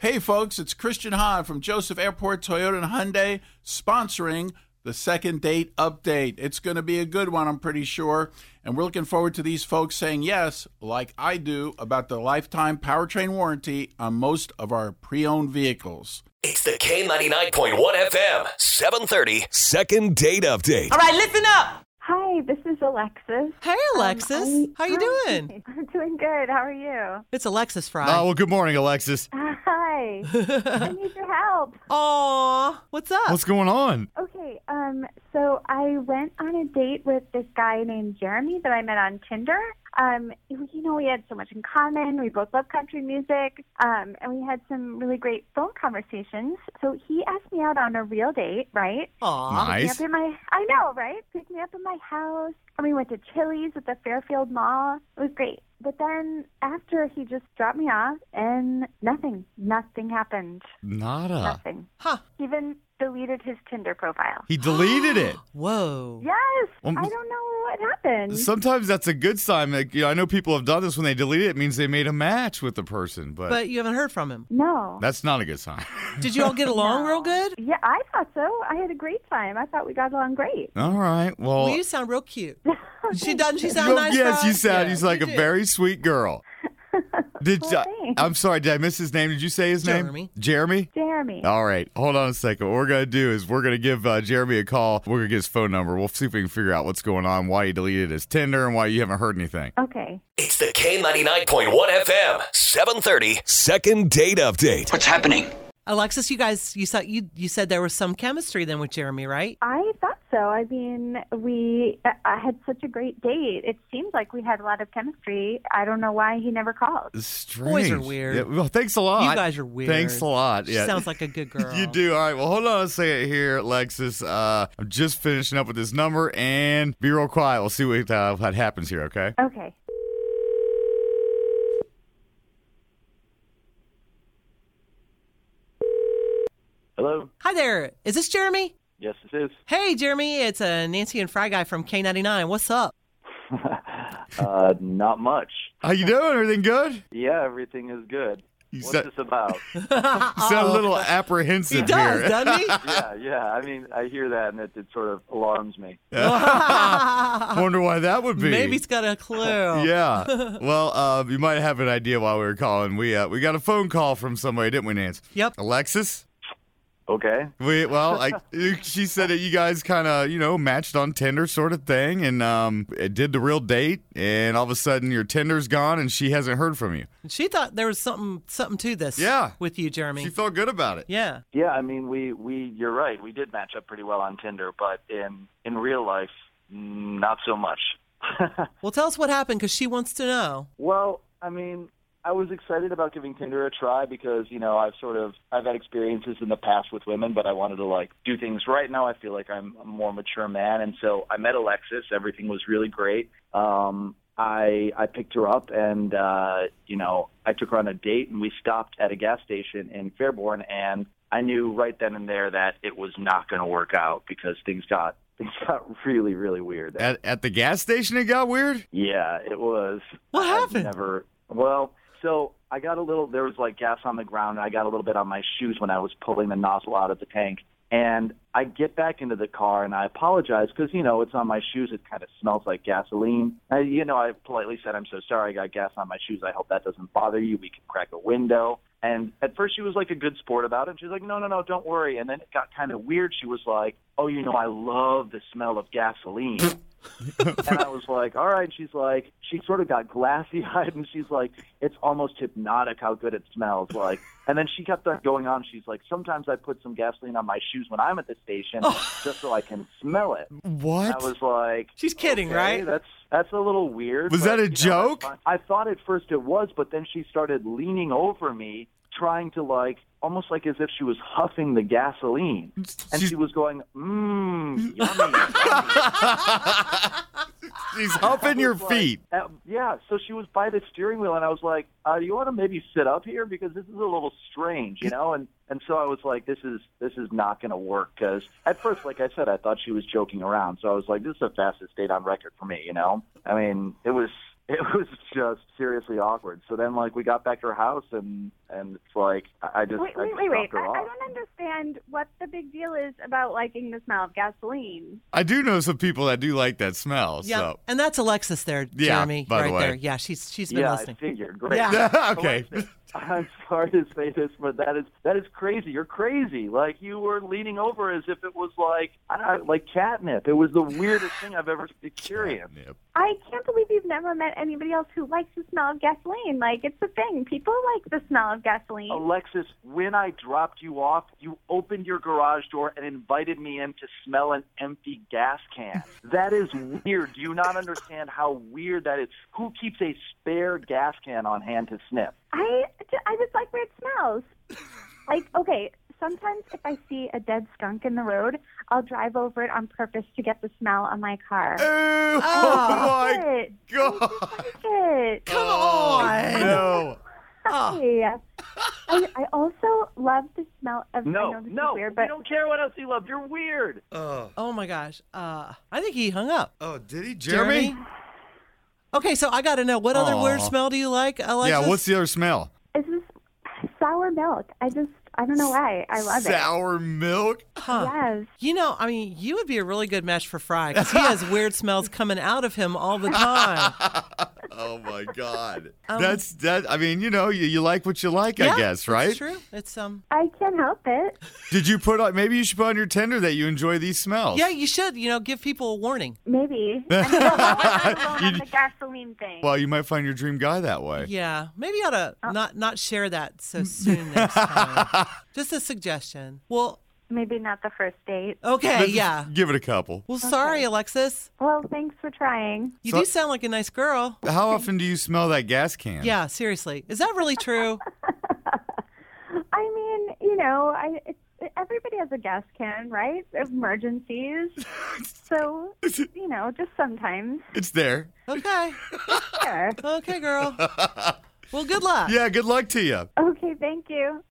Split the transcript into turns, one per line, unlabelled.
Hey, folks, it's Christian Hahn from Joseph Airport Toyota and Hyundai sponsoring the second date update. It's going to be a good one, I'm pretty sure. And we're looking forward to these folks saying yes, like I do, about the lifetime powertrain warranty on most of our pre owned vehicles.
It's the K99.1 FM, 730.
Second date update.
All right, listen up.
Hi, this is Alexis.
Hey, Alexis.
Um,
How you
hi.
doing?
I'm doing good. How are you?
It's Alexis Fry.
Oh, well, good morning, Alexis.
Hi. I need your help.
Aw, what's up?
What's going on?
Okay, um, so I went on a date with this guy named Jeremy that I met on Tinder. Um, you know, we had so much in common. We both love country music, um, and we had some really great phone conversations. So he asked me out on a real date, right?
Aw.
Picked
Nice.
me up in my, I know, right? Picked me up in my house, and we went to Chili's at the Fairfield Mall. It was great. But then after he just dropped me off, and nothing, nothing happened,
Nada.
nothing.
Huh.
Even deleted his Tinder profile.
He deleted it.
Whoa.
Yes,
Um,
I don't know what happened.
Sometimes that's a good sign. Like, you know, I know people have done this when they delete it. It means they made a match with the person, but,
But you haven't heard from him.
no.
that's not a good sign.
Did you all get along real good?
Yeah, I thought so. I had a great time. I thought we got along great.
All right. Well,
Well, you sound real cute. She doesn't she sound
Well,
nice?
yes,
Fry?
you sound.
Yeah,
He's like
you
a
do.
very sweet girl. Did
Well,
I,
thanks.
I'm sorry. Did I miss his name? Did you say his
Jeremy.
name? Jeremy.
Jeremy.
All right, hold on a second. What we're gonna do is we're gonna give uh, Jeremy a call. We're gonna get his phone number. We'll see if we can figure out what's going on, why he deleted his Tinder, and why you haven't heard anything.
Okay.
It's the K99.1 FM, 730.
Second date update.
What's happening?
Alexis, you guys you said you you said there was some chemistry then with Jeremy, right?
I thought so. I mean, we I- I had such a great date. It seemed like we had a lot of chemistry. I don't know why he never called.
Strange.
weird.
Yeah, well, thanks a lot.
You guys are weird.
Oh, Thanks a lot.
She
yeah.
sounds like a good girl.
You do. All right. Well, hold on a second here, Lexus. Uh, I'm just finishing up with this number and be real quiet. We'll see what, uh, what happens here, okay?
Okay.
Hello.
Hi there. Is this Jeremy?
Yes, it is.
Hey Jeremy, it's uh, Nancy and Fry guy from K99. What's up?
Uh, not much.
How you doing? Everything good?
Yeah, everything is good.
You
What's
said-
this about?
You sound a little apprehensive
He does,
here.
doesn't he?
yeah, yeah. I mean, I hear that, and it, it sort of alarms me.
Wonder why that would be.
Maybe he's got a clue.
Yeah. Well, uh, you might have an idea while we were calling. We uh, we got a phone call from somebody, didn't we, Nance?
Yep.
Alexis.
Okay.
We well, I, she said that you guys kind of you know matched on Tinder, sort of thing, and um, it did the real date, and all of a sudden your Tinder's gone, and she hasn't heard from you.
She thought there was something something to this.
Yeah.
With you, Jeremy.
She felt good about it.
yeah.
Yeah, I mean, we we you're right. We did match up pretty well on Tinder, but in in real life, mm, not so much.
Well, tell us what happened because she wants to know.
well, I mean, I was excited about giving Tinder a try because you know I've sort of I've had experiences in the past with women, but I wanted to like do things right now. I feel like I'm a more mature man, and so I met Alexis. Everything was really great. Um, I I picked her up, and uh, you know I took her on a date, and we stopped at a gas station in Fairborn, and I knew right then and there that it was not going to work out because things got things got really really weird.
At, at the gas station, it got weird.
Yeah, it was.
What
I've
happened?
Never. Well, so I got a little. There was like gas on the ground, and I got a little bit on my shoes when I was pulling the nozzle out of the tank. And I get back into the car, and I apologize because you know it's on my shoes. It kind of smells like gasoline. I, you know, I politely said, "I'm so sorry. I got gas on my shoes. I hope that doesn't bother you. We can crack a window." And at first she was like a good sport about it. She was like, no, no, no, don't worry. And then it got kind of weird. She was like, oh, you know, I love the smell of gasoline. and I was like, all right. She's like, she sort of got glassy eyed and she's like, it's almost hypnotic how good it smells. Like, and then she kept on going on. She's like, sometimes I put some gasoline on my shoes when I'm at the station just so I can smell it.
What?
I was like,
Oh. She's kidding,
okay,
right?
That's that's a little weird.
Was
but,
that a
you know,
joke?
that's fine. I thought at first it was, but then she started leaning over me, trying to like almost like as if she was huffing the gasoline, and
She's-
she was going, mmm, yummy.
She's humping your
was like-
feet.
Uh, yeah, so she was by the steering wheel, and I was like, uh, "Do you want to maybe sit up here because this is a little strange, you know?" And and so I was like, "This is this is not going to work." Because at first, like I said, I thought she was joking around, so I was like, "This is the fastest date on record for me," you know? I mean, it was it was just seriously awkward. So then, like, we got back to her house, and and it's like I I just
Wait,
I
wait,
just
wait, wait.
dropped
I,
her off.
I don't understand what the big deal is about liking the smell of gasoline.
I do know some people that do like that smell.
Yeah,
So.
and that's Alexis there,
Yeah,
Jeremy,
by the
right
way.
there. Yeah, she's she's been
yeah,
listening.
I figured. Great.
Yeah.
okay.
Alexis, I'm sorry to say this, but that is that is crazy. You're crazy. Like you were leaning over as if it was like I don't know, like catnip. It was the weirdest thing I've ever experienced.
Yep.
I can't believe you've never met anybody else who likes the smell of gasoline. Like, it's a thing. People like the smell of gasoline.
Alexis, when I dropped you off, you opened your garage door and invited me in to smell an empty gas can. that is weird. Do you not understand how weird that is? Who keeps a spare gas can on hand to sniff?
I, I just like weird smells. like, okay, sometimes if I see a dead skunk in the road, I'll drive over it on purpose to get the smell on my car.
Ew, oh my
It.
god.
It.
Ah. Come on.
No.
Oh,
Yeah. I, I also love the smell of. I
No,
know this
no,
is weird,
you
but
don't care what else you love. You're weird.
oh my gosh. Uh, I think he hung up.
Oh, did he,
Okay, so I got to know what other
Aw.
weird smell do you like, Alexis?
Yeah. What's the other smell?
it's just sour milk. I just I don't know why I love
Sour milk.
it. Yes.
You know, I mean, you would be a really good match for Fry because he has weird smells coming out of him all the time.
Oh my god.
Um,
That's that. I mean, you know, you, you like what you like, I guess, right?
It's true. It's um.
I can't help it.
Did you put on? Maybe you should put on your tender that you enjoy these smells.
Yeah, you should. You know, give people a warning.
Maybe. I'm still alone on the gasoline thing.
Well, you might find your dream guy that way.
Yeah, maybe you ought to not not share that so soon next time. Just a suggestion. Well,
Maybe not the first date.
okay,
Let's
yeah.
Give it a couple.
Well, sorry, Alexis.
Well, thanks for trying.
You
So-
do sound like a nice girl.
How often do you smell that gas can?
Yeah, seriously. Is that really true?
I mean, you know, I it's, everybody has a gas can, right? Emergencies. so, you know, just sometimes.
It's there.
Okay.
Sure.
Okay, girl. Well, good luck.
Yeah. Good luck to you.
Okay, thank you.